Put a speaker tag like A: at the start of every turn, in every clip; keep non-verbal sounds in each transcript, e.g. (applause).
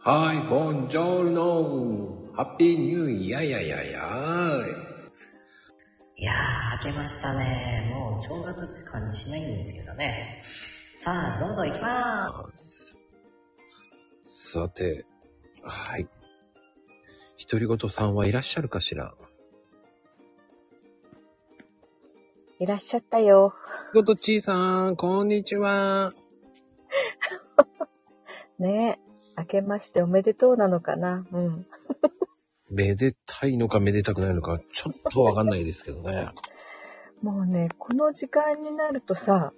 A: はい、ボンジョルノハッピーニューイヤーややや
B: いやー、明けましたね。もう正月って感じしないんですけどね。さあ、どうぞ行きまー
A: さて、はい。独り言さんはいらっしゃるかしら
C: いらっしゃったよ。
A: ごとちーさん、こんにちは。
C: ねえ。明けましておめでとうなのかなうん。
A: めでたいのかめでたくないのか、ちょっとわかんないですけどね。
C: もうね、この時間になるとさ、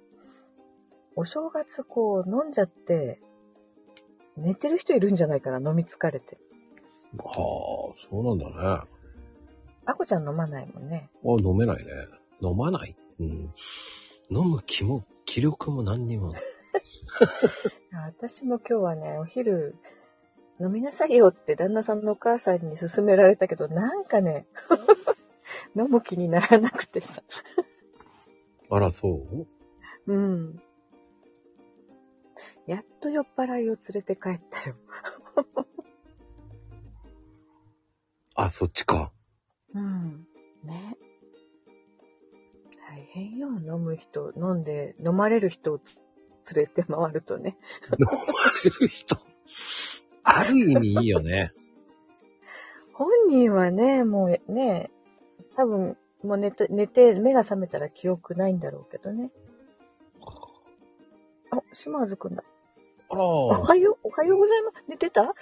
C: お正月こう飲んじゃって、寝てる人いるんじゃないかな飲み疲れて。
A: はあ、そうなんだね。あ、
C: あこちゃん飲まないもんね。
A: 飲めないね。飲まない。うん。飲む気も、気力も何にもない。
C: いや私も今日はね、お昼、飲みなさいよって旦那さんのお母さんに勧められたけど、なんかね、 (laughs) 飲む気にならなくてさ。
A: あら、そう
C: うん。やっと酔っ払いを連れて帰ったよ。
A: あ、そっちか。
C: うん。ね。大変よ、飲む人、飲んで、飲まれる人を連れて回るとね。
A: 飲まれる人。ある意味いいよね。
C: 本人はね、もうね、多分、もう寝て、寝て、目が覚めたら記憶ないんだろうけどね。あ、島津くんだ。
A: あ
C: お
A: ら、
C: はよう、おはようございます。寝てた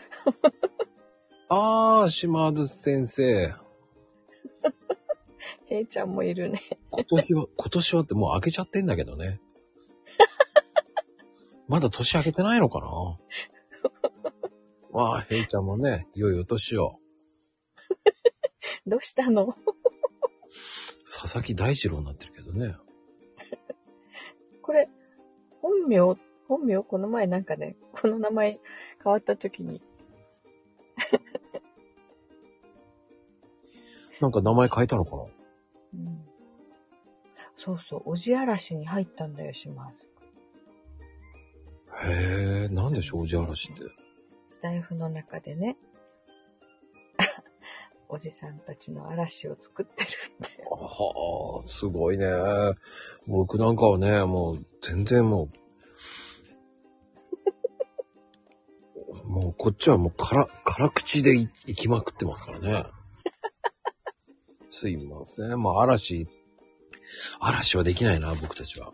A: あー、島津先生。
C: えいちゃんもいるね。 (laughs)
A: 今年は、今年はってもう明けちゃってんだけど (laughs) ね。まだ年明けてないのか (laughs) なまあ、ヘイちゃんもね、いよいよ年を。
C: どうしたの
A: 佐々木大二郎になってるけどね。
C: これ、本名、本名この前なんかね、この名前変わった時に、
A: なんか名前変えたのかな
C: うんそうそう、おじ嵐に入ったんだよ、島津。
A: へえ、なんで障子嵐って。
C: スタイフの中でね、 (laughs) おじさんたちの嵐を作ってるって。
A: はあ、すごいね。僕なんかはね、もう全然もう、 (laughs) もうこっちはもうから、辛口でい行きまくってますからね。すいません。まあ嵐、嵐はできないな、僕たちは。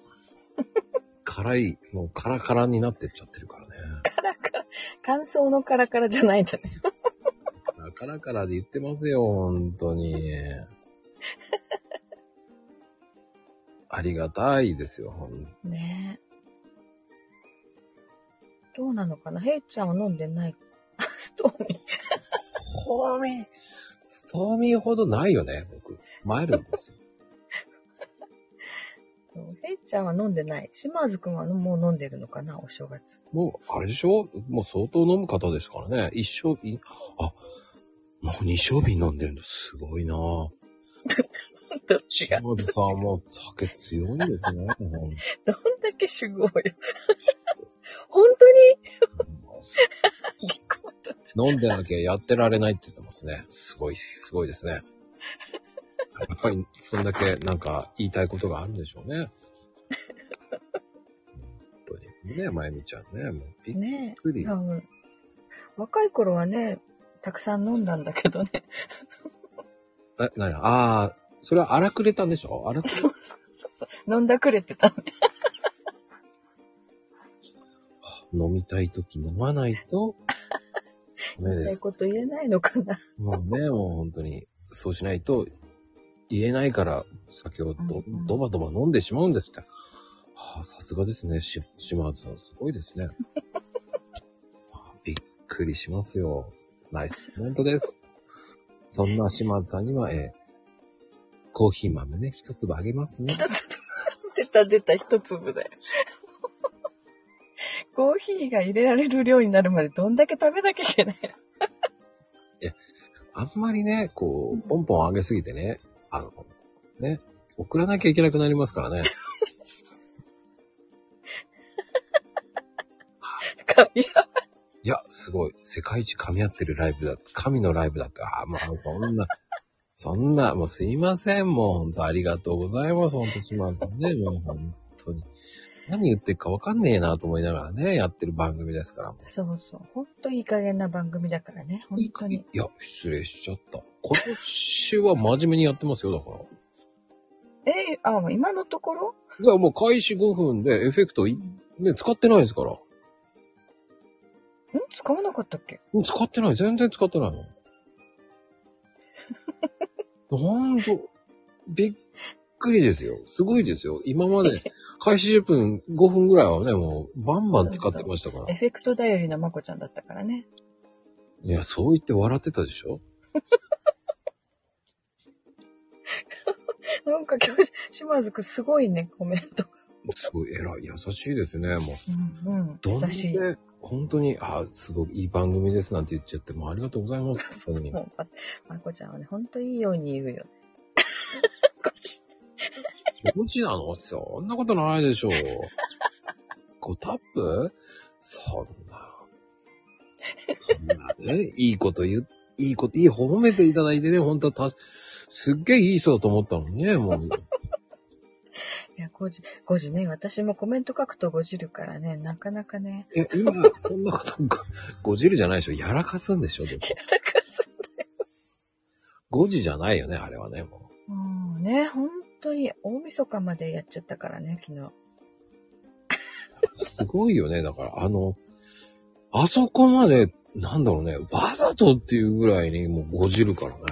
A: 辛い、もうカラカラになってっちゃってるからね。
C: 感想のカラカラじゃないんじゃない
A: カラカラで言ってますよ、本当に。ありがたいですよ、ほん
C: ねえ。どうなのかなヘイちゃんは飲んでない。 (laughs) あストーミー。
A: ストーミー、ストーミーほどないよね、僕。マイルドですよ。
C: ヘイちゃんは飲んでない。島津くんはもう飲んでるのかなお正月。
A: もう、あれでしょもう相当飲む方ですからね。一生瓶、あ、もう二生瓶飲んでるのすごいなぁ。
C: どっちが
A: まずさ、もう酒強いんですね。ほんとに
C: どんだけ酒豪よ。 (laughs) 本当に (laughs) ぎっくりだった
A: 飲んでなきゃやってられないって言ってますね。すごい、すごいですね。やっぱり、そんだけなんか言いたいことがあるんでしょうね。本当に。ね、まゆみちゃんね。もうびっ
C: ね
A: く
C: え。い
A: り。
C: やもう若い頃はね、たくさん飲んだんだけどね。 (laughs)
A: え、なにああ、それは荒くれたんでしょ荒くれ
C: そうそうそうそう。飲んだくれてたね。
A: 飲みたいとき飲まないと、ダメ
C: そう
A: で
C: いう
A: す。
C: こと言えないのかな。 (laughs)
A: もうね、もう本当に、そうしないと言えないから、酒をど
C: うんうん
A: ドバドバ飲んでしまうんですって。はあ、さすがですね、し、島津さん、すごいですね。は (laughs) あびっくりしますよ。ナイスコメントです。そんな島津さんには、えーコーヒー豆ね、一粒あげますね。
C: 一粒。出た出た一粒だよ。 (laughs) コーヒーが入れられる量になるまでどんだけ食べなきゃいけない
A: あんまりね、こ
C: うん
A: う、ポンポン上げすぎてね、あの、ね、送らなきゃいけなくなりますからね。
C: のか。いや
A: いや、すごい。世界一噛み合ってるライブだ。神のライブだって。ああ、もうそんな、 (laughs) そんな、もうすいません。もう本当ありがとうございます。本当島津さんね。もう本当に。何言ってるかわかんねえなと思いながらね、やってる番組ですから。
C: そうそう。ほんといい加減な番組だからね。本当
A: い
C: に。
A: や、失礼しちゃった。今年は真面目にやってますよ、だから。
C: えー、あ、もう今のところ
A: だからもう開始5分でエフェクトい、ね、使ってないですから。
C: ん使わなかったっけ
A: うん使ってない。全然使ってない
C: (laughs)
A: の。ほんと、びっくりですよ。すごいですよ。今まで、開始10分、5分ぐらいはね、もう、バンバン使ってましたから。
C: エフェクト頼りのまこちゃんだったからね。
A: いや、そう言って笑ってたでしょ
C: なんか今日、島津くんすごいね、コメント。
A: すごい偉い。優しいですね、もう。
C: うんうん。
A: どんだ
C: 優しい。
A: け、本当に、あ、すごくいい番組ですなんて言っちゃって、もうありがとうございます。本当に。
C: もうま、まこちゃんはね、ほんといいように言う
A: (laughs)
C: よ。こっち
A: 無視なのそんなことないでし
C: (laughs)
A: ょう。5タップそんな。そんなね、いいこと言う、いいこと、いい褒めていただいてね、本当はた、すっげえいい人だと思ったのにね、もう。
C: いや、5時、5時ね、私もコメント書くと5時るからね、なかなかね、
A: え、今、そんなこと、ごごじるじゃないでしょ。やらかすんでしょ。でも
C: やらかす
A: 5時じゃないよね、あれはね、もう。
C: もうね、本当に大晦日までやっちゃったからね、昨日。
A: すごいよね、だから、あの、あそこまで、なんだろうね、わざとっていうぐらいにもうごじるからね。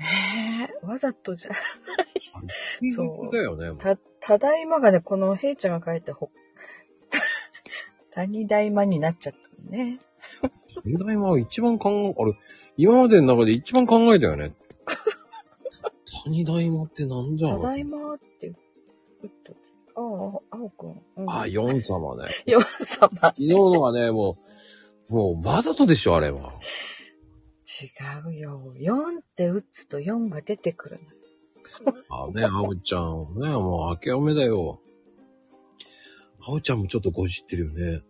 C: ええわざとじゃ。そう
A: だよね、もう
C: た、ただいまがね、このヘイちゃんが書いてほ、 (laughs) た、にだいまになっちゃったのね。
A: 二代目は一番考え、あれ、今までの中で一番考えたよね。谷大魔ってなんじゃ
C: た
A: ん
C: だいまって言って、ああ、あおくん。うん、 (laughs)
A: あ、ヨン様ね。 (laughs)
C: よ様。
A: 昨日のはね、もう、もうわざとでしょ、あれ (laughs) は。
C: 違うよ。4って打つと4が出てくるの。
A: あ、ね、あおちゃん、ね、もう明けおめだよ。あおちゃんもちょっとごじってるよね。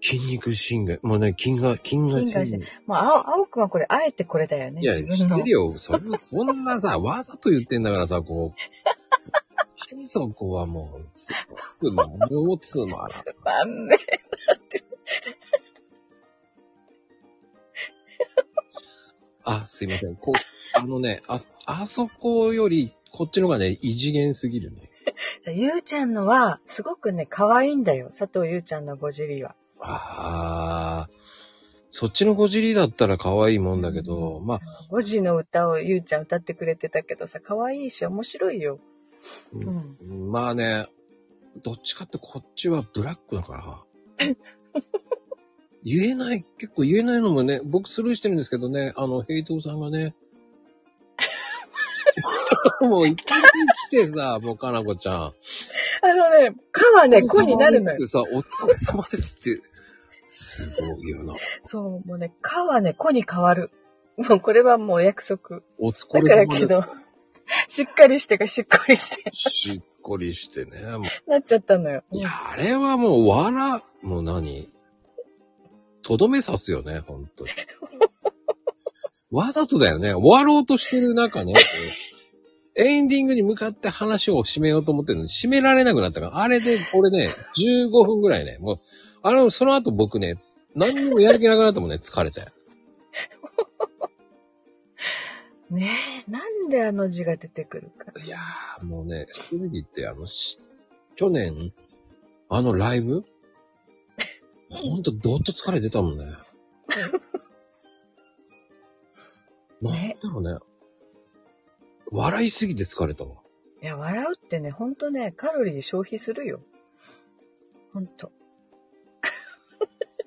A: 筋肉信が、もうね、筋が、筋が
C: 筋が
A: 神経
C: まあ、あお、あおくんはこれ、あえてこれだよね。
A: いや、
C: 自
A: 知
C: 分
A: って
C: の
A: る。よ。それ、そんなさ、 (laughs) わざと言ってんだからさ、こう。何そこはもう、つつまんよう、つまらん。
C: つまんね
A: あ、すいません。こう、あのね、あ、あそこより、こっちの方がね、異次元すぎるね。
C: え。ゆうちゃんのは、すごくね、可愛いんだよ。佐藤ゆうちゃんのごじりは。
A: ああ、そっちのごじりだったら可愛いもんだけど、まあ、
C: 5時の歌をゆうちゃん歌ってくれてたけどさ、可愛いし面白いよ。
A: う
C: うんん。
A: まあね、どっちかってこっちはブラックだから。
C: (laughs)
A: 言えない、結構言えないのもね、僕スルーしてるんですけどね、あの、ヘイトさんがね、
C: (laughs)
A: もう一回来てさ、もうかなこちゃん。
C: あのね、かはね、子になるの
A: お疲れ様ですっ。て
C: よ
A: さ、お疲れ様ですって、すごいよな。
C: そう、もうね、かはね、子に変わる。もうこれはもう約束。
A: お疲
C: だから
A: れ様
C: 昨日
A: で、
C: しっかりしてかしっかりして、
A: す。しっこりしてね。もう
C: なっちゃったのよ。
A: いや、あれはもう笑、もう何とどめ刺すよね、本当に。わざとだよね。終わろうとしてる中ね、こうエンディングに向かって話を締めようと思ってるのに、締められなくなったから、あれで、俺ね、15分ぐらいね、もう、あの、その後僕ね、何にもやる気なくなったもんね、疲れて。
C: ねえ、なんであの字が出てくるか。
A: いやー、もうね、正直言って、あの、し去年、あのライブ、ほんと、どっと疲れ出たもんね。なんだろうね。笑いすぎて疲れたわ。
C: いや、笑うってね、ほんとね、カロリー消費するよ。ほんと。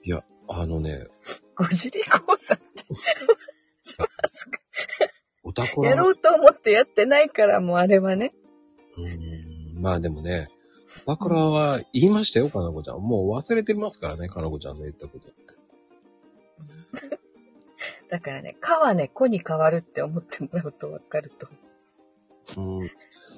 A: いや、あのね、
C: ごじり講座って。しますか
A: オタコ
C: や
A: ラ
C: ろうと思ってやってないから、もうあれはね。
A: うーんまあでもね、オタコラは言いましたよ、かなこちゃん。もう忘れてますからね、かなこちゃんの言ったことって。
C: だからね、かはね、子に変わるって思ってもらうとわかると。
A: うん、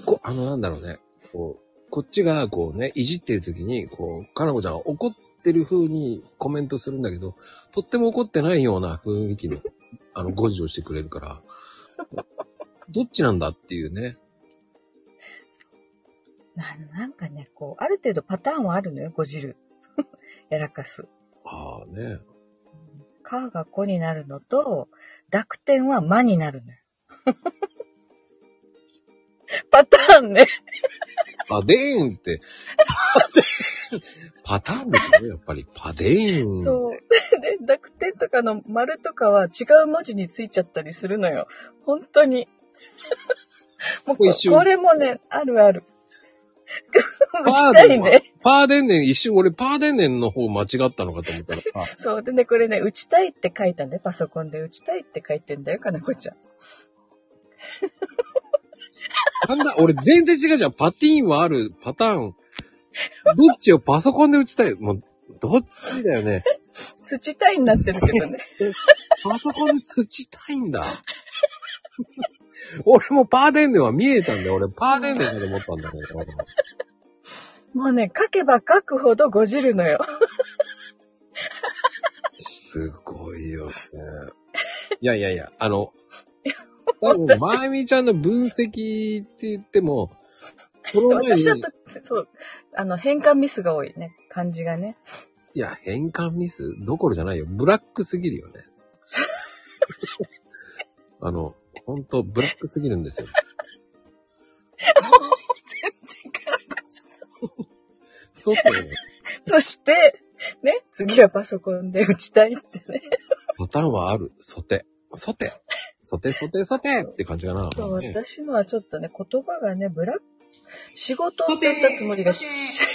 A: こあの、なんだろうね。こう、こっちが、こうね、いじってる時に、こう、かなこちゃんが怒っってる風にコメントするんだけど、とっても怒ってないような雰囲気の、あの、誤字をしてくれるから、どっちなんだっていうね。
C: ななんかね、こう、ある程度パターンはあるのよ、ご汁。 (laughs) やらかす。
A: ああね。
C: カーが子になるのと、濁点は魔になるのよ。 (laughs) パターンね。
A: パデーンって、 (laughs) パデーンパターンですね、やっぱり。パデーン。
C: そう。 (laughs) で、濁点とかの丸とかは違う文字についちゃったりするのよ。本当に。 (laughs) もう
A: これ
C: こ
A: 一緒
C: これもね、ある
A: (laughs)
C: ある。
A: パ
C: 打ちた
A: ーデ
C: い
A: ンは
C: ね。
A: パーデンネン、一瞬俺パーデンネンの方間違ったのかと思ったらさ、
C: そう。でね、これね、打ちたいって書いたんだよ。パソコンで打ちたいって書いてんだよ、かなこちゃん。
A: なんだ、俺全然違うじゃん。パティーンはあるパターン。どっちをパソコンで打ちたいもう、どっちだよね。
C: 打ちたいになってるけ
A: (laughs)
C: どね。
A: パソコンで土たいんだ。 (laughs) 俺もパーデンネンは見えたんだよ。俺パーデンネンだと思ったんだけど。
C: もうね、書けば書くほどごじるのよ。
A: すごいよね。いやいやいや、あの、多分、
C: (laughs) 私
A: まゆみちゃんの分析って言っても、その前に、
C: 私はと
A: い、
C: そう、あの、変換ミスが多いね、漢字がね。
A: や、変換ミスどころじゃないよ。ブラックすぎるよね。 (laughs) あの、ほんと、ブラックすぎるん
C: (laughs)
A: ですよ。そうそう、ね。
C: そして、ね、次はパソコンで打ちたいってね。
A: パターンはある。ソテ。ソテ。ソテソテソテって感じかな。
C: そう
A: ね
C: 私のはちょっとね、言葉がね、ブラック、仕事を取ったつもりが、し (laughs)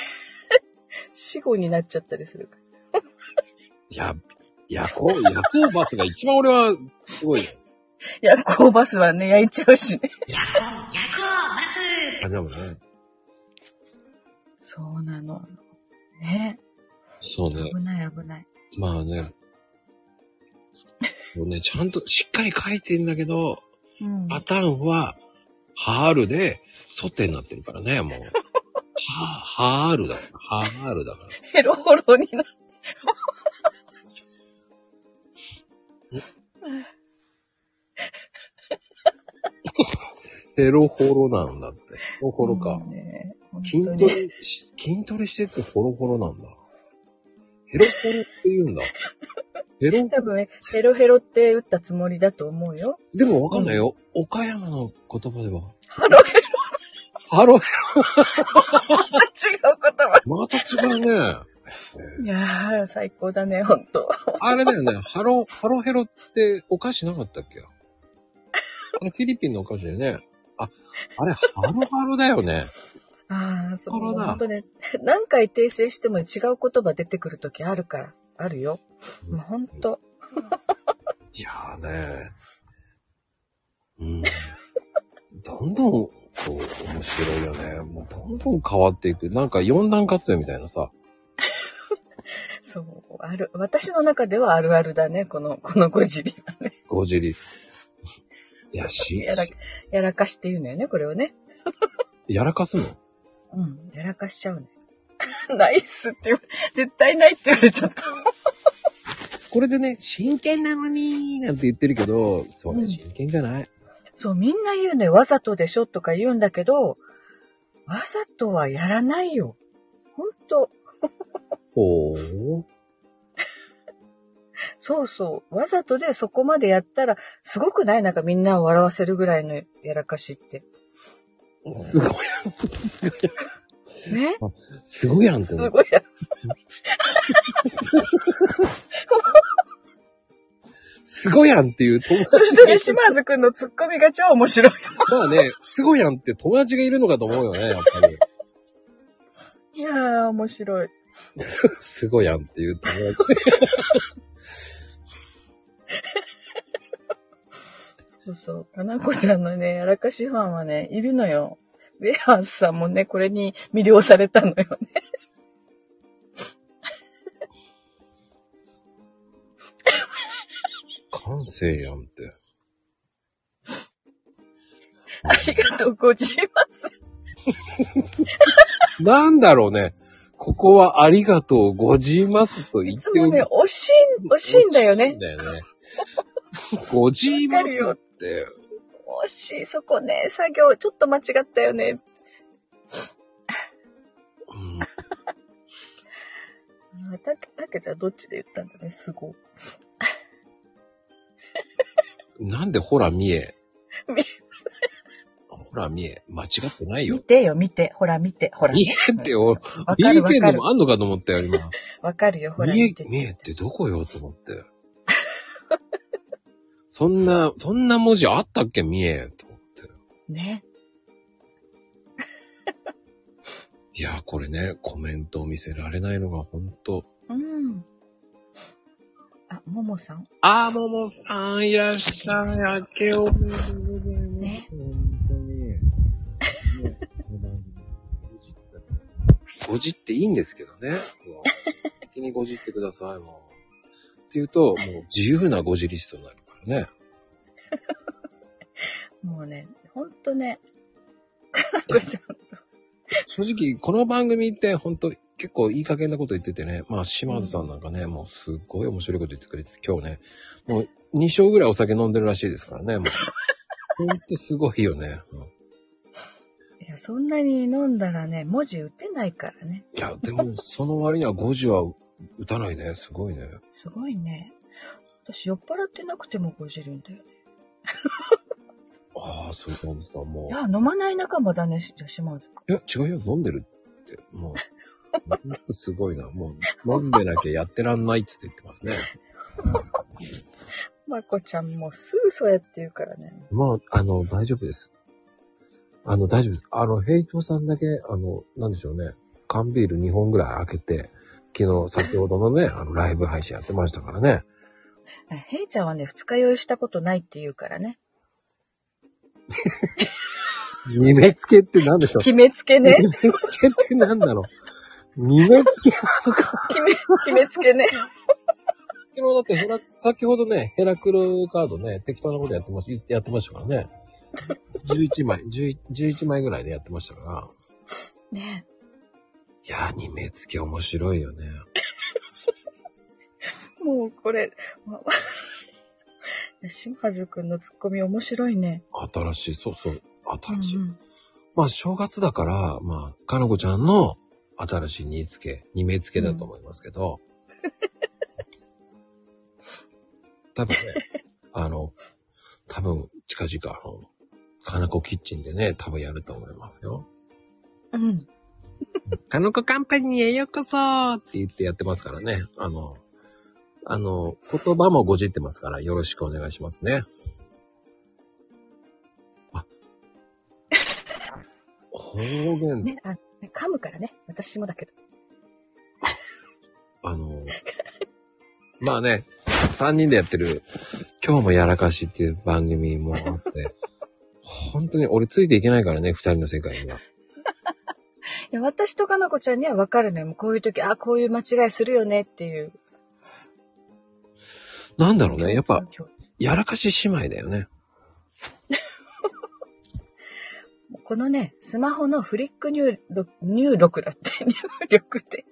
C: 死後になっちゃったりするから。
A: いや、夜行、夜行バスが一番俺は、すごいよ。
C: 夜行バスはね、焼いちゃうしね。
B: 夜行バス
A: 感じだもんね。
C: そうなの。ね。
A: そうね。
C: 危ない危ない。
A: まあね。そうね、ちゃんとしっかり書いてんだけど、
C: うん。
A: パターンは、ハールで、ソテになってるからね、
C: (laughs)
A: もう。は、ハールだ。ハールだから。
C: ヘロホロになって。
A: ヘロホロなんだって。ヘロホロか。
C: もうね
A: 筋
C: 本
A: ト
C: 当に
A: レし、筋トレしてってホロホロなんだ。ヘロホロって言うんだ。ヘロ、
C: 多分ね、ヘロヘロって打ったつもりだと思うよ。
A: でもわかんないよ。岡山の言葉では。
C: (laughs) ハロヘ
A: ハロ、
C: ロ違う言葉。
A: また違うね。 (laughs)
C: いやー、最高だね、ほんと。
A: あれだよね、ハロ、ハロヘロってお菓子なかったっけあれフィリピンのお菓子だよね。あ、あれ、ハロハロだよね。
C: ああ、そう、
A: ハロだ
C: ほんとね。 (laughs) 何回訂正しても違う言葉出てくるときあるから。あるよ。もうほんと。
A: いやーね。うん。どんどん、こう、面白いよね。もうどんどん変わっていく。なんか四段活用みたいなさ。
C: そう、ある。私の中ではあるあるだね、この、 (laughs) このごじりはね。
A: ごじり。いや、し、
C: やら
A: し
C: やらかしって言うのよね、これをね。
A: やらかすの
C: うん、やらかしちゃうね。 (laughs) ナイスって言われ、絶対ないって言われちゃった。
A: これでね、真剣なのにーなんて言ってるけど、それ真剣じゃない。
C: そう、みんな言うね、わざとでしょとか言うんだけど、わざとはやらないよ。ほんと、
A: ほー。
C: そうそう、わざとでそこまでやったら、すごくないなんかみんなを笑わせるぐらいのやらかしって。
A: すごい。
C: ね
A: すごいやんって
C: す
A: 思う
C: ごいや。
A: すごいやんっていう友
C: そ
A: 達
C: してね、島津くんのツッコミが超面白い。
A: まあね、すごいやんって友達がいるのかと思うよね、やっぱり。
C: いやー、面白い。
A: すすごいやんっていう友達。
C: そうそう、かなこちゃんのね、やらかしファンはね、いるのよ。ウェハースさんもね、これに魅了された (laughs) のよね。
A: 感性やんって。
C: ありがとうございます。
A: なんだろうね。ここはありがとうごじいますと言
C: い
A: っ
C: つ
A: て
C: も
A: お
C: ね、惜しい、惜しいんだよね。
A: だよね。ごじいますって。
C: 惜しい、そこね、作業ちょっと間違ったよね。
A: うん
C: あたけ、たけちゃんどっちで言ったんだね、すごい。
A: なんでほら見え。
C: 見え
A: ほら見え。間違ってない
C: 見
A: よ。
C: てよ、見て。ほら、見て。ほら。
A: 見えってよ。
C: わ
A: 見
C: か
A: え
C: るわ
A: てん
C: か
A: の
C: る
A: も。あんのかと思ったよ、今。
C: わかるよ、ほら。
A: 見え
C: 見て、
A: 見えってどこよと思って。 (laughs) そんな、そんな文字あったっけ見えと思って。
C: ね。
A: いや、これね、コメントを見せられないのが本当
C: うん。あ、ももさん
A: あー、ももさん、いらっしゃい。明けおめでとうございます。
C: ね
A: 本当に。ねごじっていいんですけどね。もう先にごじってください、もう。っていうと、もう自由なごじリストになるからね。
C: もうね、ほんとね、 (laughs) かなこちゃんと。
A: 正直、この番組って本当結構いい加減なこと言っててね。まあ、島津さんなんかね、もうすっごい面白いこと言ってくれて、今日ね、もう2升ぐらいお酒飲んでるらしいですからね、もう。ほんとすごいよね。うん
C: いや、そんなに飲んだらね、文字打てないからね。
A: いや、でも、その割には5時は打たないね。すごいね。
C: すごいね。私酔っ払ってなくてもごじるんだよね。
A: ああ、そういうことですか。も
C: いや、飲まない仲間だね、しじゃあ島津君。
A: う。いや、違うよ。飲んでるって。もう。 (laughs) ほんとすごいな。もう、飲んでなきゃやってらんないっつって言ってますね。
C: まこちゃんもすぐそうやって言うからね。
A: まあ、あの、大丈夫です。あの、大丈夫です。あの、平等さんだけ、あの、なんでしょうね。缶ビール2本ぐらい開けて、昨日、先ほどのね、あの、ライブ配信やってましたからね。
C: あへいちゃんはね、二日酔いしたことないって言うからね。
A: 見目つけって何でしょう
C: 決めつけね。
A: (laughs) 見目つけって何だろう見目つけなのか
C: 決め、決めつけね。
A: 昨日だってヘラ、先ほどね、ヘラクロカードね、適当なことやってました、やってましたからね。11枚、11, 11枚ぐらいでやってましたから。
C: ね
A: いやー、二目付け面白いよね。
C: (laughs) もうこれ、ま、島津くんのツッコミ面白いね。
A: 新しい、そうそう、
C: うん
A: 新しい。
C: うん
A: まあ、正月だから、まあ、かなこちゃんの新しい二付け、二目付けだと思いますけど。多分ね、あの、多分、近々、あのかなこキッチンでね、多分やると思いますよ。
C: うん。
A: カノコカンパニーへようこそーって言ってやってますからね。あの、あの、言葉もごじってますから、よろしくお願いしますね。あ、方言、
C: ね、あ、噛むからね。私もだけど。
A: あの、まあね、3人でやってる、今日もやらかしっていう番組もあって、本当に俺ついていけないからね、2人の世界には。
C: いや私とかなこちゃんにはわかるのよ。もうこういう時、あ、こういう間違いするよねっていう。
A: なんだろうね、やっぱ、
C: 今日
A: やらかし姉妹だよね。
C: このね、スマホのフリック入力、入力だって、入力って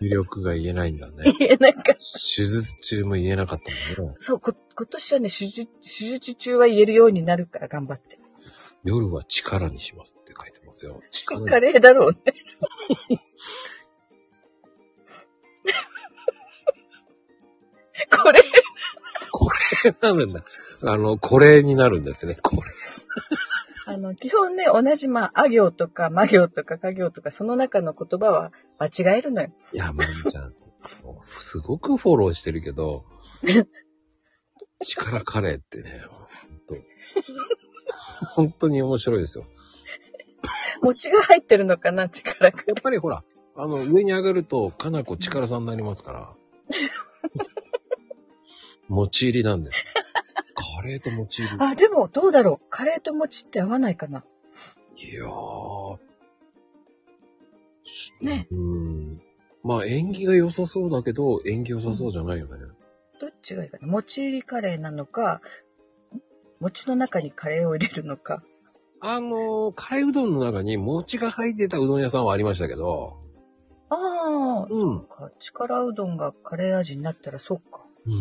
A: 入力が言えないんだね。
C: 言えないから。
A: 手術中も言えなかったもんね。
C: そう、こ今年はね、手術、手術中は言えるようになるから頑張って。
A: 夜は力にしますって書いてますよ。力
C: カ
A: に。
C: レーだろ (laughs) うね。これ、
A: これになるんだ。あの、これになるんですね。これ。
C: あの、基本ね、同じ、まあ、あ行とか、ま行とか、か行とか、その中の言葉は間違えるのよ。
A: いや、まみちゃん、あのすごくフォローしてるけど、力カレーってね、本当本当に面白いですよ。
C: 餅が入ってるのかな、力が。
A: やっぱりほら、あの、上に上がると、かなこ力さんになりますから。持ち入りなんです。カレーと持ち入り。
C: あ、でも、どうだろう。カレーと餅って合わないかな。
A: いやー。し
C: ね
A: うん。まあ、縁起が良さそうだけど、縁起良さそうじゃないよね。
C: どっちがいいかな。餅入りカレーなのか、餅の中にカレーを入れるのか。
A: あのー、カレーうどんの中に餅が入ってたうどん屋さんはありましたけど、
C: ああ、
A: うん。
C: そっか、力うどんがカレー味になったらそっか。
A: うんうん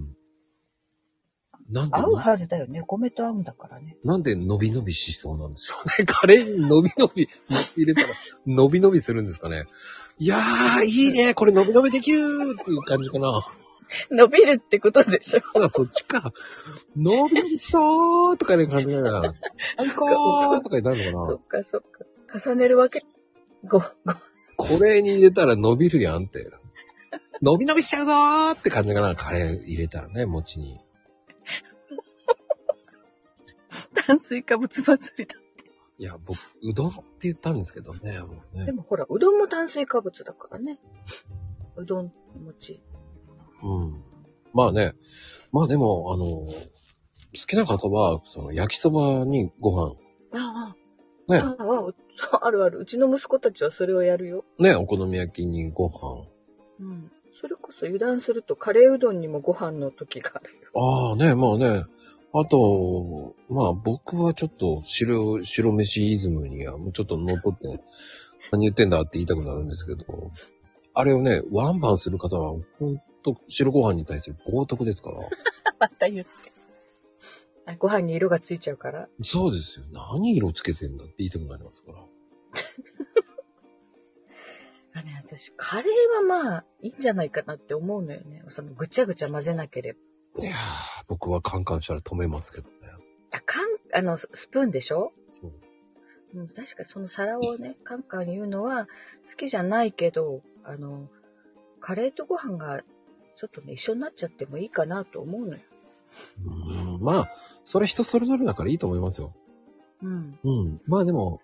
A: うん。なんで
C: 合、うはずだよね。米と合うんだからね。
A: なんで伸び伸びしそうなんでしょうね。 (laughs) カレーに伸び伸び、入れたら伸び伸びするんですかね。いやー、いいね、これ伸び伸びできるっていう感じかな。
C: 伸びるってことでしょ。
A: あそっちか。伸び伸びしそうとかね、感じかな。最高とかになるのか
C: そ
A: な。
C: っかそっか。重ねるわけ。ご、ご、
A: これに入れたら伸びるやんって。伸び伸びしちゃうぞーって感じかな。カレー入れたらね、餅に。
C: 炭水化物祭りだ。
A: いや、僕、うどんって言ったんですけどね。もうね
C: でもほら、うどんも炭水化物だからね。うどん、餅。
A: うん。まあね。まあでも、あの、好きな方は、その、焼きそばにご飯、
C: ああ、
A: ね
C: ああ、ああそうあるある。うちの息子たちはそれをやるよ。
A: ね、お好み焼きにご飯。
C: うん。それこそ油断するとカレーうどんにもご飯の時があるよ。
A: ああね、まあね。あと、まあ僕はちょっと白、白飯イズムには、もうちょっと残って、何言ってんだって言いたくなるんですけど、あれをね、ワンバンする方は、ほんと、白ご飯に対する冒涜ですから。
C: (laughs) また言って。あご飯に色がついちゃうから。
A: そうですよ。何色つけてんだって言いたくなりますから。
C: あね、私、カレーはまあ、いいんじゃないかなって思うのよね。そのぐちゃぐちゃ混ぜなければ。
A: いやー、僕はカンカンしたら止めますけどね。
C: あ、かん、あの、ススプーンでしょ
A: そう。
C: うん、確かその皿をね、カンカン言うのは好きじゃないけど、あの、カレーとご飯がちょっとね、一緒になっちゃってもいいかなと思うのよ。
A: うんまあ、それ人それぞれだからいいと思いますよ。
C: うん、
A: うん。まあでも、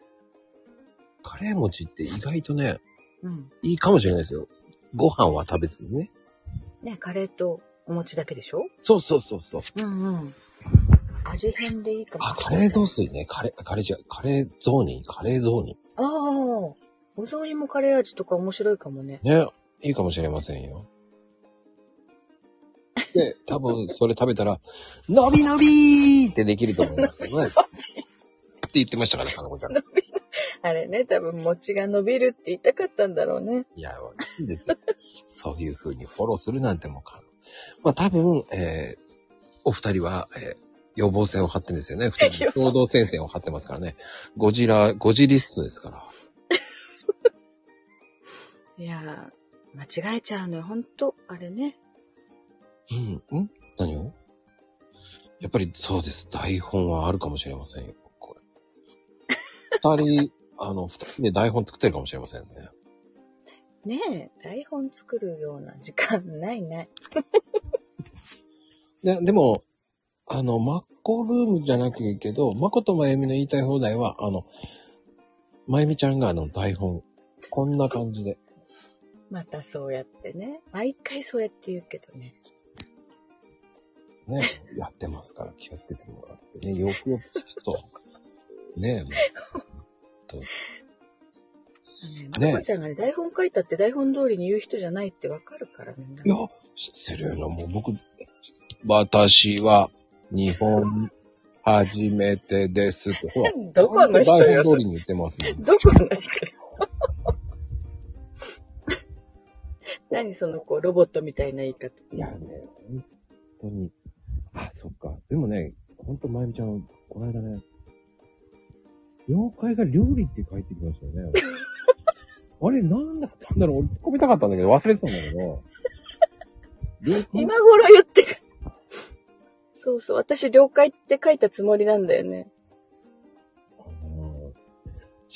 A: カレー餅って意外とね、
C: うん。
A: いいかもしれないですよ。ご飯は食べずにね。
C: ね、カレーとお餅だけでしょ
A: そうそうそうそう。
C: うんうん。味変でいいかも
A: あ、
C: し
A: カ
C: れな
A: レ
C: い。
A: ー雑炊ね。カレー、カレー違う。カレー雑煮、カレー雑煮。
C: ああ、お雑煮もカレー味とか面白いかもね。
A: ね。いいかもしれませんよ。で、多分それ食べたら、のびのびーってできると思いますけ (laughs) どね。って言ってましたから、かなこちゃん。
C: あれね、多分餅が伸びるって言いたかったんだろうね。
A: いや、いいんですよ。そういう風にフォローするなんてもうか。まあ多分、えーお二人は、えー予防線を張ってんですよね。二人共同戦線を張ってますからね。ゴジラ、ゴジリストですから。
C: いやー、間違えちゃうのよ。ほんと、あれね。
A: うん、ん何をやっぱりそうです。台本はあるかもしれませんよ。これ。二人、あの、二人で台本作ってるかもしれませんね。
C: ねえ、台本作るような時間ないない。
A: ででも、あの、マッコルームじゃなくいいけど、マコとマユミの言いたい放題は、あの、マユミちゃんがあの台本、こんな感じで。
C: (laughs) またそうやってね。毎回そうやって言うけどね。
A: ね、やってますから気をつけてもらってね、よくよく聞くと、ね、も
C: あのね、まこちゃんがね、台本書いたって台本通りに言う人じゃないってわかるからみん (laughs) な、
A: うい。や、失礼な、もう僕、私は日本初めてですって、ほら
C: どこの人よ
A: 台本通りに言ってますもん、
C: どこの人何そのこう、ロボットみたいな言い方。
A: いやね、本当に。あ、そっか。でもね、ほんと、まゆみちゃん、この間ね、妖怪が料理って書いてきましたよ (laughs) ね。あれ、なんだったんだろう俺突っ込みたかったんだけど、忘れてたんだけど。妖怪
C: 今頃言ってる。そうそう、私了解って書いたつもりなんだよね。
A: うん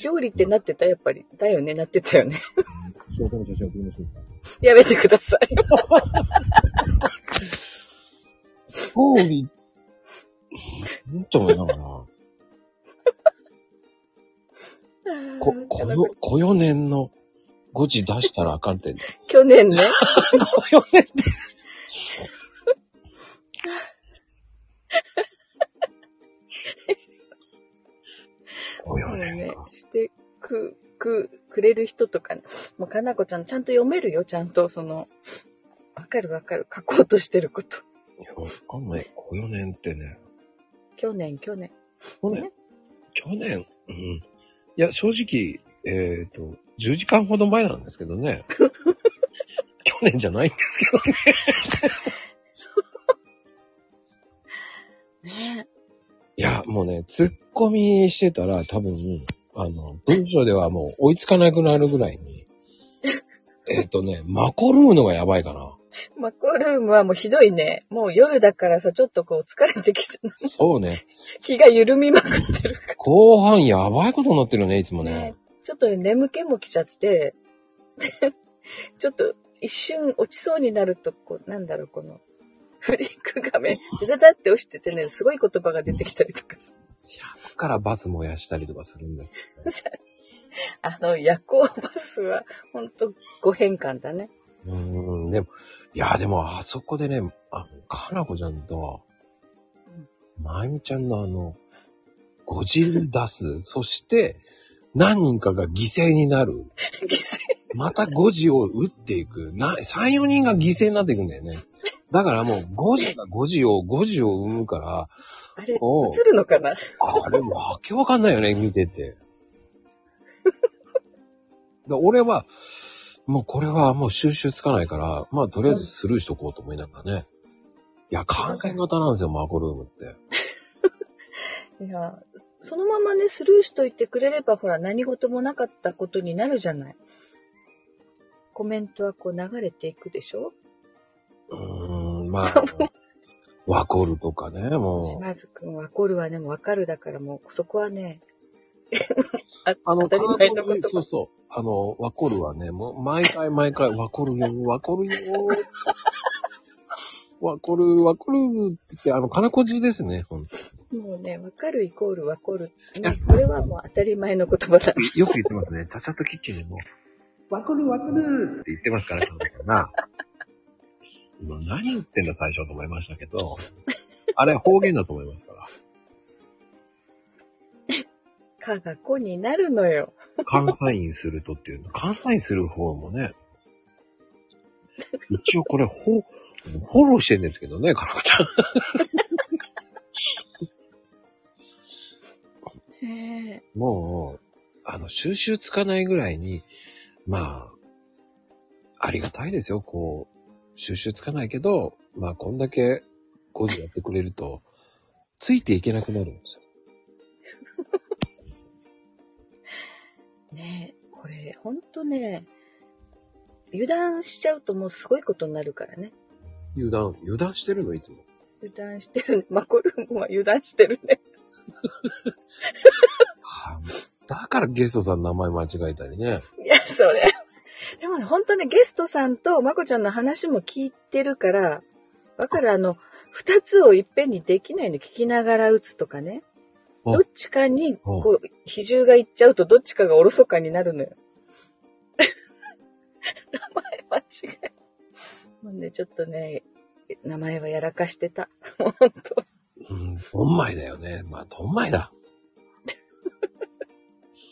C: 料理ってなってたやっぱり。だよね、なってたよね。
A: 紹介の写真送りましょうか。
C: やめてください。
A: 料理、なんと思いながら、こ、こよ、こよ年の5時出したらあかんって。
C: 去年ね。
A: こよ年こよ
C: もう
A: 年
C: ね
A: か。、
C: してく、く、くれる人とかね。もう、かなこちゃん、ちゃんと読めるよ、ちゃんと、その、わかるわかる、書こうとしてること。
A: いや、わかんない。こよ年ってね。
C: 去年、去年。
A: 去
C: ね
A: 年、去年、うん。いや、正直、えっ、と、10時間ほど前なんですけど (laughs) ね。去年じゃないんですけどね。
C: ね
A: いや、もうね、突っ込みしてたら多分、あの、文章ではもう追いつかなくなるぐらい (laughs) に。えっとね、マコルームのがやばいかな。
C: え。マコルームはもうひどいね。もう夜だからさ、ちょっとこう疲れてきちゃう。
A: そうね。
C: 気が緩みまくってるか
A: 後半やばいことになってるね、いつも
C: ら。
A: ね。
C: ちょっとね、眠気も来ちゃって、 (laughs) ちょっと一瞬落ちそうになると、こう、なんだろう、この、フリック画面、ダダって押しててね、すごい言葉が出てきたりとかす
A: だからバス燃やしたりとかするんですよね。
C: あの、夜行バスは、ほんと、ご変換だね。
A: うーん、でも、いや、でも、あそこでね、あの、かなこちゃんと
C: うん、
A: まゆみちゃんのあの、ごじる出す、そして、何人かが犠牲になる。
C: (laughs) 犠牲
A: また5時を打っていく。な、3、4人が犠牲になっていくんだよね。だからもう5時が5時を、5時を生むから、
C: あれ、映
A: おう
C: るのかな
A: あれ、わけわかんないよね、見てて。 (laughs) だ俺は、もうこれはもう収集つかないから、まあとりあえずスルーしとこうと思いながらね。いや、感染型なんですよ、マコルームって。
C: いや、そのままね、スルーしといてくれれば、ほら、何事もなかったことになるじゃない。コメントはこう流れていくでしょ
A: うーん、ま
C: (laughs)
A: あ、ワコルとかね、もう。
C: 島津くん、わかるはね、もうわかるだからもう、そこはね、 (laughs) あ
A: あの、
C: 当たり前の
A: 必
C: こ
A: ず
C: と
A: そうそう。あの、ワコルはね、もう毎回毎回、ワコルよ、ワコル
C: (laughs)
A: よ。ワコル、ワコルって言って、あの、金子じですね、ほんと
C: もうね、わかるイコールわかる。ね、これはもう当たり前の言葉
A: (laughs)
C: だ。
A: よく言ってますね。チャチャットキッチンでも、わかるわかるって言ってますから、その子な。今何言ってんだ最初と思いましたけど、あれ方言だと思いますから。
C: かがこになるのよ。
A: 関西院するとっていうの。関西院する方もね、一応これ、ほ、フォローしてんですけどね、かなこちゃん。
C: へえ。
A: もう、あの、収集つかないぐらいに、まあ、ありがたいですよ、こう、収集つかないけど、まあ、こんだけ5時やってくれると、ついていけなくなるんですよ。
C: ねえ、これ、ほんとね、油断しちゃうともうすごいことになるからね。
A: 油断、油断してるの、いつも。
C: 油断してるね。 (laughs) マコルームは油断してるね。
A: はあ、だからゲストさんの名前間違えたりね。
C: いや、それ。 (laughs) でもね、ほんとね、ゲストさんとマコちゃんの話も聞いてるから、だからあの、二つをいっぺんにできないの聞きながら打つとかね。
A: あ
C: どっちかに、こう、比重がいっちゃうとどっちかがおろそかになるのよ。 (laughs) 名前間違え。もうね、ちょっとね、名前はやらかしてた。もうほんと。
A: うん、ドンマイだよね。まあ、ドンマイだ。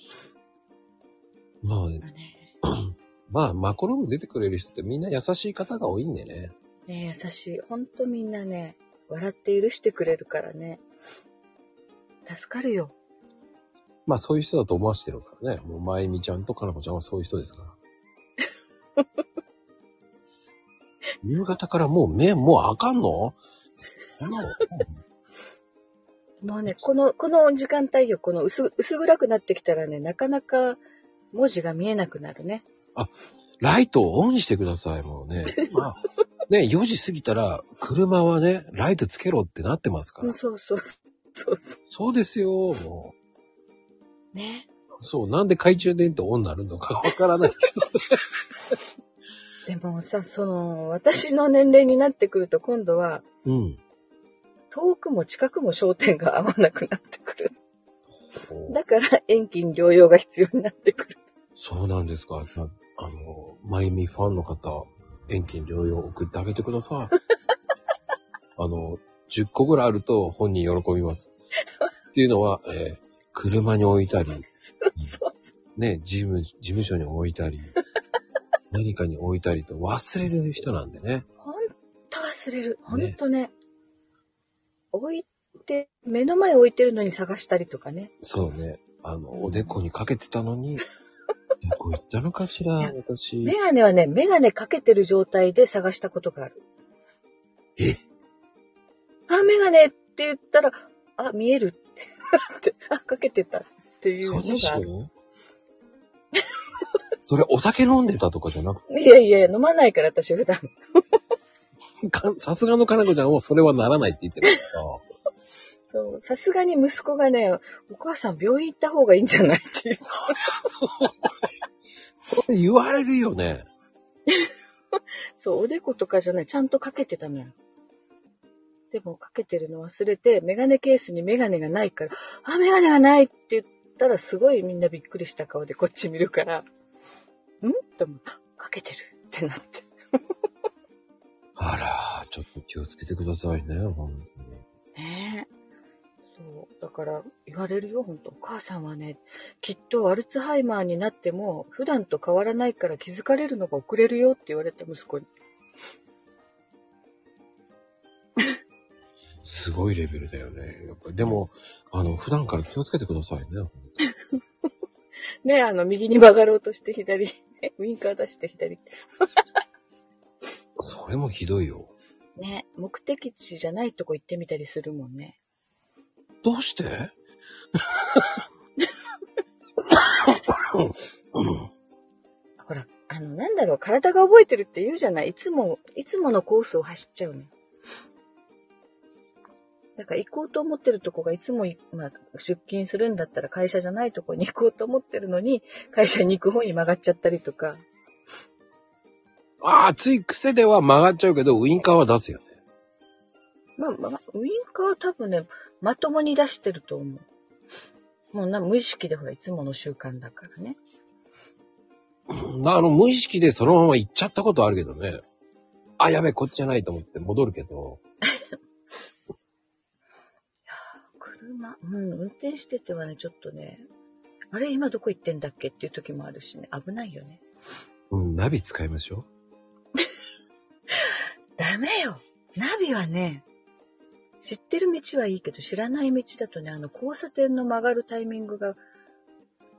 A: (laughs) まあ、まあ、マコローム出てくれる人ってみんな優しい方が多いんでね。
C: ね優しい。ほんとみんなね、笑って許してくれるからね。助かるよ。
A: まあそういう人だと思わせてるからね。もう、まゆみちゃんとかなこちゃんはそういう人ですから。
C: (laughs)
A: 夕方からもう目、もうあかんのそんなの
C: もうね、この、この時間帯よ、この薄、薄暗くなってきたらね、なかなか文字が見えなくなるね。
A: ライトをオンにしてください、もうね。まあ、ね、4時過ぎたら、車はね、ライトつけろってなってますか
C: う
A: ら
C: ん。そうそう。そうそ
A: そうですよ、も
C: う。ね。
A: う。そう、なんで懐中電灯オンになるのかわからないけ
C: でもさ、その、私の年齢になってくると今度は、
A: ど。う
C: (laughs)
A: ん。
C: 遠くも近くも焦点が合わなくなってくる。だから遠近療養が必要になってくる。
A: そうなんですか。まあの、まゆみファンの方、遠近療養送ってあげてくださ
C: (laughs)
A: い。あの、10個ぐらいあると本人喜びます。っていうのは、えー車に置いたり、
C: そうそう。
A: ね、事務、事務所に置いた
C: (laughs)
A: り、何かに置いたりと忘れる人なんでね。
C: ほんと忘れる。ほんとね。置いで、目の前置いてるのに探したりとかね。
A: そうね。あの、おでこにかけてたのに、どこ行ったのかしら、
C: いや
A: 私。
C: メガネはね、メガネかけてる状態で探したことがある。
A: え
C: あ、メガネって言ったら、あ、見えるって。 (laughs) あ、かけてたっていうの
A: そう
C: が
A: でし
C: ある。
A: ょそれお酒飲んでたとかじゃなく
C: いやいや、飲まないから私普段。
A: かさすがのかなこちゃんもそれはならないって言ってますけど。
C: そう、さすがに息子がね、お母さん病院行った方がいいんじゃないって言う
A: それ言われるよね。
C: そう、おでことかじゃない、ちゃんとかけてたのよ。でも、かけてるの忘れて、メガネケースにメガネがないから、あ、メガネがないって言ったら、すごいみんなびっくりした顔でこっち見るから、んと思って、あかけてるってなって。
A: あら、ちょっと気をつけてくださいね、本当に。
C: ねえ。そう、だから、言われるよ、本当お母さんはね、きっとアルツハイマーになっても、普段と変わらないから気づかれるのが遅れるよって言われた息子に。
A: すごいレベルだよね。やっぱりでも、あの、普段から気をつけてくださいね。本当に
C: ね、あの、右に曲がろうとして左、ねウィンカー出して左。
A: それもひどいよ。
C: ね、目的地じゃないとこ行ってみたりするもんね。
A: どうして (laughs)
C: ほら、あの、なんだろう、体が覚えてるって言うじゃないいつも、いつものコースを走っちゃうの。だから行こうと思ってるとこがいつもい、まあ、出勤するんだったら会社じゃないとこに行こうと思ってるのに、会社に行く方に曲がっちゃったりとか。
A: ああ、つい癖では曲がっちゃうけど、ウインカーは出すよね。
C: まあ、まあ、ウィンカーは多分ね、まともに出してると思う。もうな、無意識でほら、いつもの習慣だからね。
A: あの、無意識でそのまま行っちゃったことあるけどね。あ、やべえ、こっちじゃないと思って戻るけど。
C: 車、うん、運転しててはね、ちょっとね、あれ、今どこ行ってんだっけっていう時もあるしね、危ないよね。
A: うん、ナビ使いましょ
C: ダメよナビはね、知ってる道はいいけど、知らない道だとね、あの、交差点の曲がるタイミングが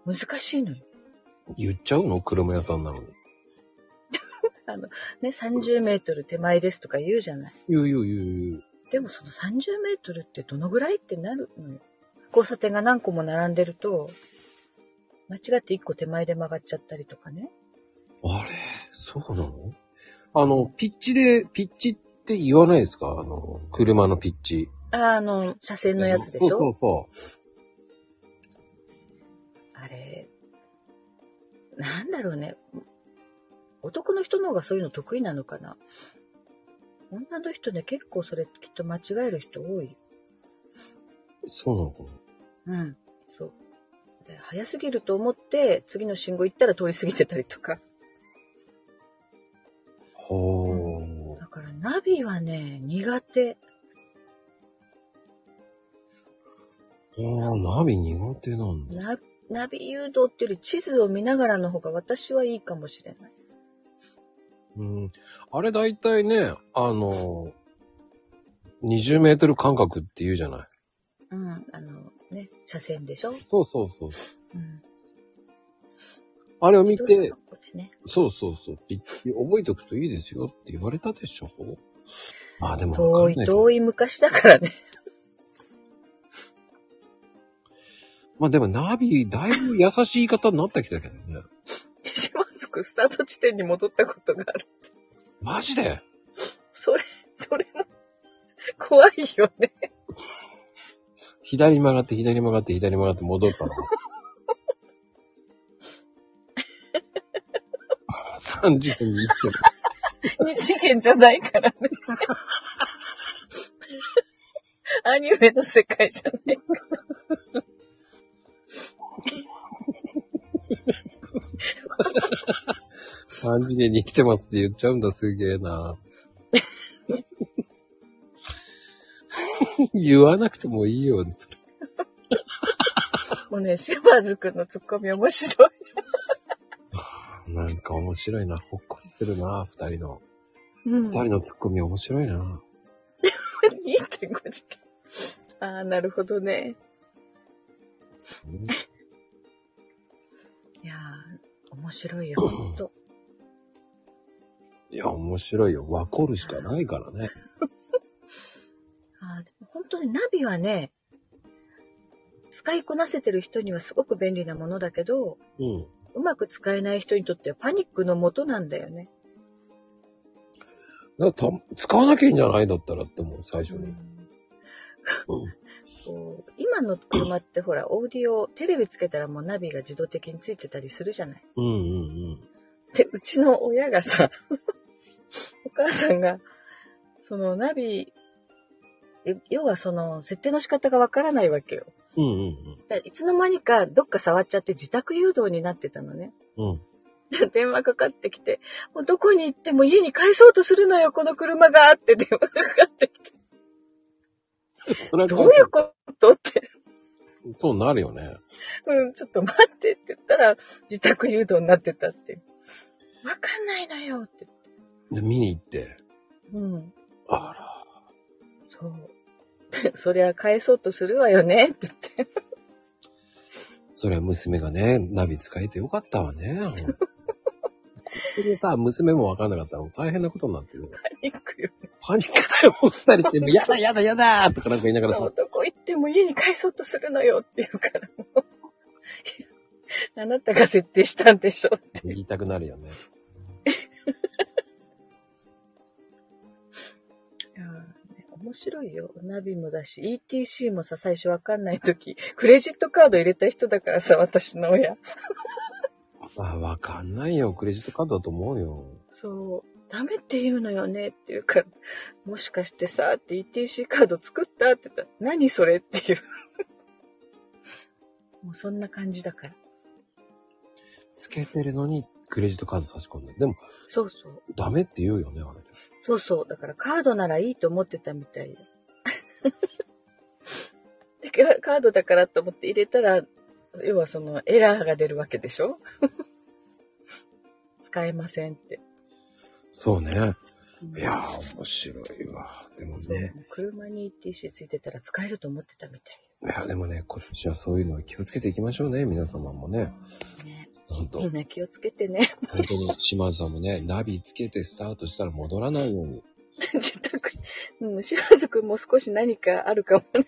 C: 難しいのよ。
A: う。言っちゃうの車屋さんなのに。
C: あの、ね、30メートル手前ですとか言うじゃない。
A: 言う言う言う言う。
C: でもその30メートルってどのぐらいってなるのよ。交差点が何個も並んでると、間違って1個手前で曲がっちゃったりとかね。
A: あれそうなのあの、ピッチで、ピッチって言わないですかあの、車のピッチ。
C: あの、車線のやつでしょ
A: そうそうそ
C: あれ、なんだろうね。男の人の方がそういうの得意なのかな。女の人ね、結構それきっと間違える人多い。
A: う。そうなのかな
C: うん。そう。で早すぎると思って、次の信号行ったら通り過ぎてたりとか。
A: ほー。
C: だからナビはね、苦手。
A: あー、ナビ苦手なんだ。
C: ナナビ誘導っていうより地図を見ながらの方が私はいいかもしれない。
A: うん。あれ大体ね、あの、20メートル間隔って言うじゃない
C: うん。あの、ね、車線でしょ
A: そうそうそう。
C: うん。
A: あれを見て、
C: そうそうね
A: そうそうそう、ピッチ覚えておくといいですよって言われたでしょまあでもわ
C: 遠
A: かんないいけど、
C: 遠い昔だからね。
A: まあでもナビ、だいぶ優しい言い方になってきたけどね。
C: 島津くんスタート地点に戻ったことがある。
A: マジで
C: それ、それも怖いよね。
A: 左曲がって、左曲がって、左曲がって戻ったの。30分に1キロ。
C: 二次元じゃない (laughs) からね。アニメの世界じゃない
A: 3次元に来てますって言っちゃうんだ、すげえな。 (laughs) 言わなくてもいいよ、それ。
C: もうね、島津くんのツッコミ面白い。
A: なんか面白いな。ほっこりするな、二人の。
C: うん。
A: 二人のツッコミ面白いな。
C: 2.5次元。ああ、なるほどね。いやー、面白いよ、ほんと。
A: いや、面白いよ。わこるしかないからね。
C: あーでも本当にナビはね、使いこなせてる人にはすごく便利なものだけど、
A: うん。
C: うまく使えない人にとってはパニックの元なんだよね。
A: だからた使わなきゃいいんじゃないだったらって思う、最初
C: う
A: に。
C: ん
A: うん
C: こう今の車ってほら、オーディオ、テレビつけたらもうナビが自動的についてたりするじゃない。
A: うんうん
C: で、うちの親がさ、 (laughs) お母さんが、そのナビ、え要はその設定の仕方がわからないわけよ。
A: うん。うんうん
C: だからいつの間にかどっか触っちゃって自宅誘導になってたのね。 (laughs)
A: うん。うん。
C: で電話かかってきて、もうどこに行っても家に帰そうとするのよ、この車がって電話かかってきて、
A: (laughs) それは
C: どういうことって、 (laughs)
A: そうなるよね。
C: うん、ちょっと待ってって言ったら、自宅誘導になってたっていう。わかんないのよって。
A: で、見に行って。
C: うん、
A: あら。
C: そう。 (laughs) そりゃ返そうとするわよねって言って。
A: それは娘がね、ナビ使えてよかったわね。ほんとここでさ、娘もわかんなかったら大変なことになってるよ。
C: 行くよ。
A: パニックだよ、二 (laughs) 人して。もうやだやだやだとかなんか言いながら
C: そう、
A: さ。
C: どこ行っても家に返そうとするのよって言うから、 (laughs) もう。あなたが設定したんでしょって。
A: 言いたくなるよね。
C: いやーね面白いよ。ナビもだし、ETC もさ、最初わかんないとき、クレジットカード入れた人だからさ、私の親。
A: あ、わかんないよ。クレジットカードだと思うよ。
C: そう、ダメって言うのよねっていうから、もしかしてさ、って ETC カード作ったって言ったら、何それっていう。 (laughs) もうそんな感じだから。
A: つけてるのにクレジットカード差し込んで。でも、
C: そうそう。
A: ダメって言うよね、あれ。
C: そうそう。だからカードならいいと思ってたみたいよ。 (laughs) だからカードだからと思って入れたら、要はそのエラーが出るわけでしょ (laughs) 使えませんって。
A: そうね。いやー、面白いわ。でもね。
C: 車に ETC ついてたら使えると思ってたみたい
A: いや、でもね、こっちはそういうのを気をつけていきましょうね、皆様もね。
C: よ。ね、
A: 本当
C: みんな気をつけてね。
A: 本当に、島津さんもね、ナビつけてスタートしたら戻らないように。
C: 自宅、うん、島津くんも少し何かあるかもね。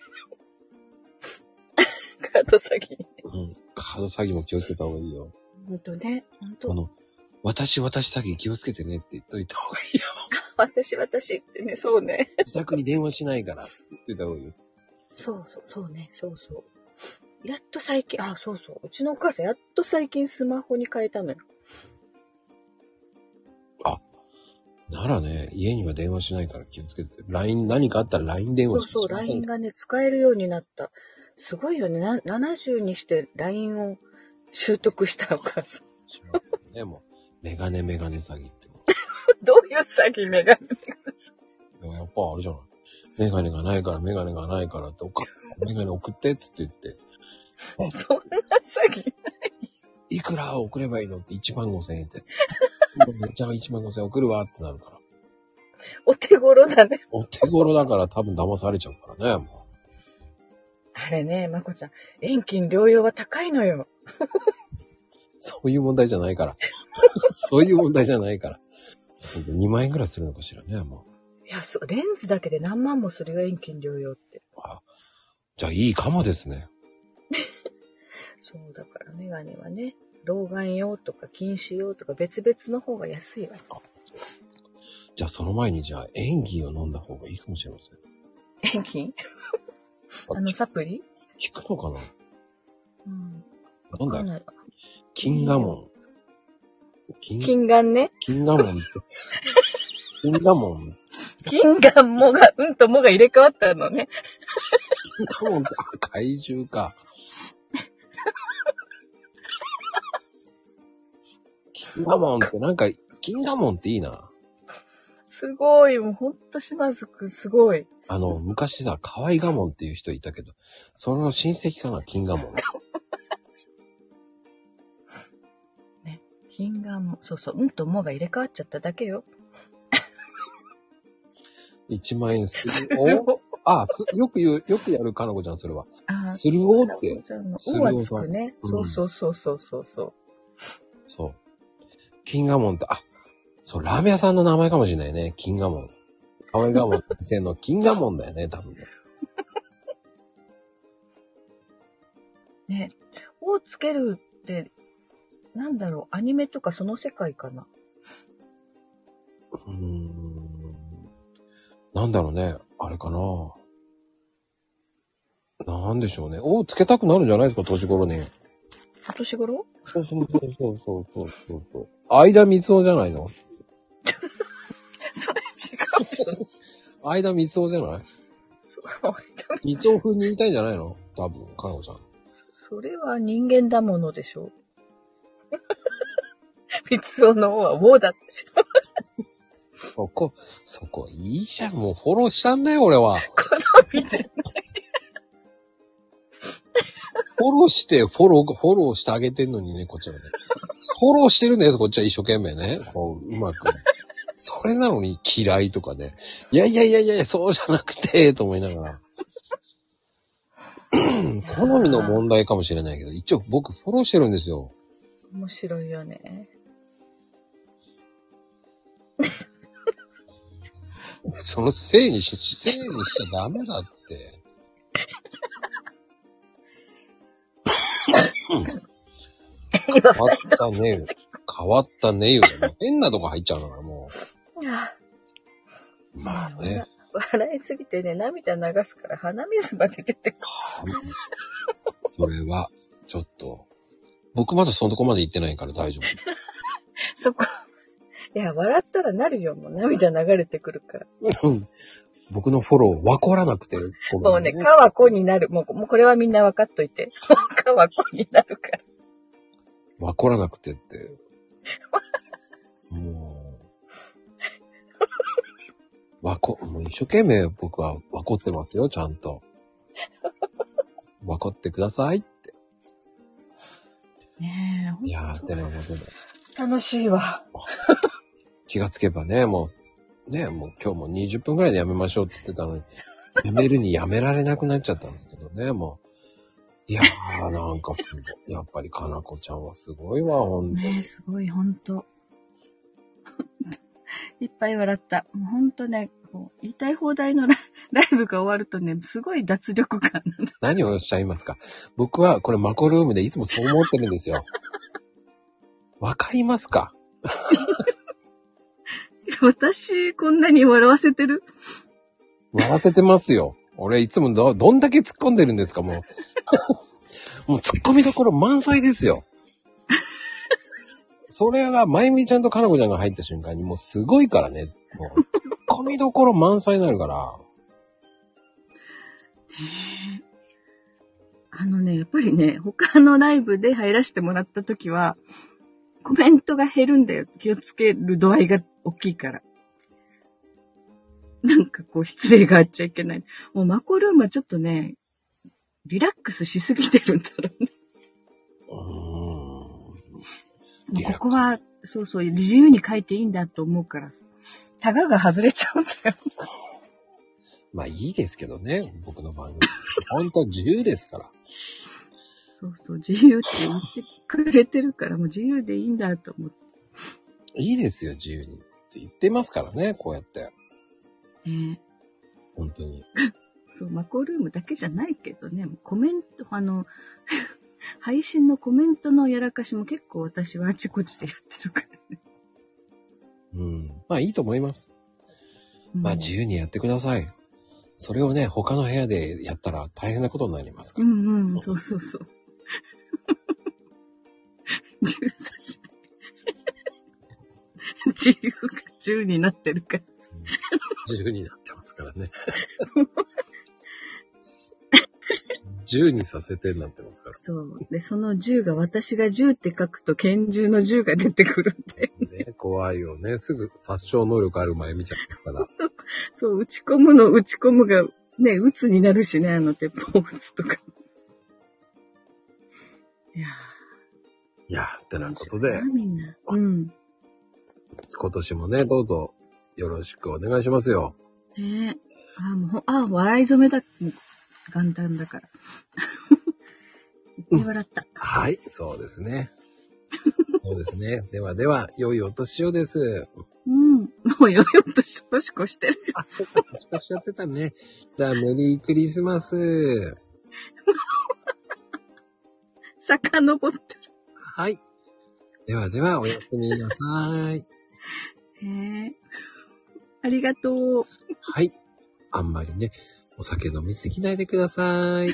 C: カード詐欺。
A: うん。カード詐欺も気をつけた方がいいよ。
C: ほんとね。ほん。
A: ことの、私、私詐欺気をつけてねって言っといた方がいいよ。
C: 私、私ってね、そうね。
A: (laughs) 自宅に電話しないからって言っといた方がいいよ。
C: そうそう、そうね、そうそう。やっと最近、あ、そうそう。うちのお母さん、やっと最近スマホに変えたのよ。
A: ならね、家には電話しないから気をつけて。LINE、何かあったら LINE 電
C: そ
A: 話
C: う
A: し
C: そう、
A: ません
C: LINE がね、使えるようになった。すごいよね。な70にして LINE を習得したお母さん。 (laughs)
A: しますよね、もう。メガネメガネ詐欺って。
C: どういう詐欺メガネ
A: でもやっぱあれじゃない。メガネがないから、メガネがないからって、おか、メガネ送ってっつって言って、
C: そんな詐欺
A: いくら送ればいいのって1万5千円って。じゃあ1万5千円送るわってなるから。
C: お手頃だね。
A: お手頃だから多分騙されちゃうからね、も
C: あれね、まこちゃん、遠近療養は高いのよ。
A: う。そういう問題じゃないから。そういう問題じゃないから。そう2万円ぐらいするのかしらね、もう。
C: いや、そう、レンズだけで何万もするよ、遠近療養って。
A: あじゃあいいかもですね。
C: そう、だからメガネはね、老眼用とか近視用とか別々の方が安いわ。
A: じゃあその前にじゃあ演技を飲んだ方がいいかもしれません。
C: 遠近あのサプリ
A: 効くのか
C: うん。
A: なな
C: わか
A: ん
C: ん
A: だ
C: ない
A: 金河門。金
C: 近眼ね。
A: 金河門って。金河門。
C: 近眼もが、うんともが入れ替わったのね。
A: 金河門って、あ、怪獣か。金河門ってなんか、金河門っていいな。
C: すごい、もうほんと島津くんすごい。
A: あの、昔さ、河合河門っていう人いたけど、その親戚かな、金河門。
C: 近眼も、そうそう、うんともが入れ替わっちゃっただけよ。
A: 1万円する。
C: お
A: あ、すよく言う、よくやるかなこちゃん、それは。
C: ああ、
A: するおって。
C: ちゃんの、
A: す
C: お
A: るおさん
C: はつくね。
A: うん
C: そうそうそうそうそうそう。
A: そう。金河門って、あ、そう、ラーメン屋さんの名前かもしれないね。金河門。河合河門先生の金河門だよね、多分ね。
C: ね。をつけるって、なんだろう、アニメとかその世界かな。
A: うーん。なんだろうね。あれかな。なんでしょうね。おつけたくなるんじゃないですか、年頃に。
C: お年頃
A: そうそうそうそうそうそうそうそう。相田光夫じゃないの
C: (laughs) それ違う。
A: 相田光夫じゃない
C: そうお前多分
A: 光夫風に言いたいんじゃないの多分、かなこちゃん。
C: それは人間だものでしょう。三つおの王は王だって。
A: そこ、そこ、いいじゃん。もうフォローしたんだよ、俺は。
C: 好みで。
A: フォローして、フォロー、フォローしてあげてんのにね、こっちはね。フォローしてるんだよ、こっちは一生懸命ね。こう、うまく。それなのに嫌いとかね。いやいやいやいや、そうじゃなくて、と思いながら。うん好みの問題かもしれないけど、一応僕フォローしてるんですよ。
C: 面白いよね。
A: そのせいにし、せいにしちゃダメだって。変わっ
C: 今
A: たねゆ。変わったねゆだね。変なとこ入っちゃうから、もう。まあね。
C: 笑いすぎてね、涙流すから鼻水まで出てくる。
A: それは、ちょっと。僕まだそのとこまで行ってないから大丈夫。
C: そこ。いや、笑ったらなるよ。もう涙流れてくるから。
A: 僕のフォロー、わこらなくて。
C: もうね、かわこになる。もう、もうこれはみんな分かっといて。 (laughs) もうかわこになるから。
A: わこらなくてって。もう。わこ、もう一生懸命僕はわこってますよ、ちゃんと。わこってくださいって。
C: ね
A: いやーってね、もうでも
C: え、楽しいわ。
A: 気がつけばね、もう、ね、もう今日も20分くらいでやめましょうって言ってたのに、やめるにやめられなくなっちゃったんだけどね、もう。いやー、なんかすごい。やっぱりかなこちゃんはすごいわ、ほんと。
C: ねえ、すごい、ほんと。 (laughs) いっぱい笑った。もうほんとね、こう言いたい放題のラ (laughs) ライブが終わるとね、すごい脱力感 (laughs) なの。
A: 何をおっしゃいますか僕はこれマコルームでいつもそう思ってるんですよ。わかりますか
C: 私、こんなに笑わせてる
A: 笑わせてますよ。俺いつもど、どんだけ突っ込んでるんですか、もう。も (laughs) う突っ込みどころ満載ですよ。それが、まゆみちゃんとかなこちゃんが入った瞬間にもうすごいからね。もう、突っ込みどころ満載になるから。
C: あのね、やっぱりね、他のライブで入らせてもらった時は、コメントが減るんだよ。気をつける度合いが大きいから。なんかこう、失礼があっちゃいけない。もうマコルームはちょっとね、リラックスしすぎてるんだろうね。
A: うーん。リラックス
C: ここは、そうそう、自由に書いていいんだと思うから、タガが外れちゃうんだよ。
A: まあいいですけどね、僕の番組。本当自由ですから。
C: そうそう、自由って言ってくれてるから、もう自由でいいんだと思って。
A: いいですよ、自由に。って言ってますからね、こうやって。
C: ね
A: 本当に。
C: そう、マコルームだけじゃないけどね、コメント、あの、 (laughs) 配信のコメントのやらかしも結構私はあちこちでやってるから。
A: うん。まあいいと思います。まあ
C: うん
A: 自由にやってください。それをね、他の部屋でやったら大変なことになりますか
C: う
A: ら。
C: んうん、そうそうそう。 (laughs) 自由さし自由が10になってる
A: (laughs)
C: から。
A: 自由になってますからね。 (laughs) 自由にさせてになってますから。
C: そう。で、その10が、私が10って書くと拳銃の銃が出てくるんで、
A: ね、怖いよね。すぐ殺傷能力ある前見ちゃうから。
C: そう、打ち込むの打ち込むが、ね、打つになるしね、あの鉄砲打つとか。いやー
A: いや、ってなことで、
C: みんな。うん。
A: 今年もね、どうぞよろしくお願いしますよ。
C: ねえああ、もうほん、ああ、笑い染めだ。もう元旦だから。いっぱい笑った。
A: はい、そうですね。そうですね。 (laughs) ではでは、良いお年をです。
C: うん。もうよよとしとしこしてる。 (laughs)
A: あ、そっか、しかしちゃってたね。じゃあ、メリークリスマス。
C: 遡って
A: はい。ではでは、おやすみなさい。
C: る。へえ。ありがとう。
A: はい。あんまりね、お酒飲みすぎないでください。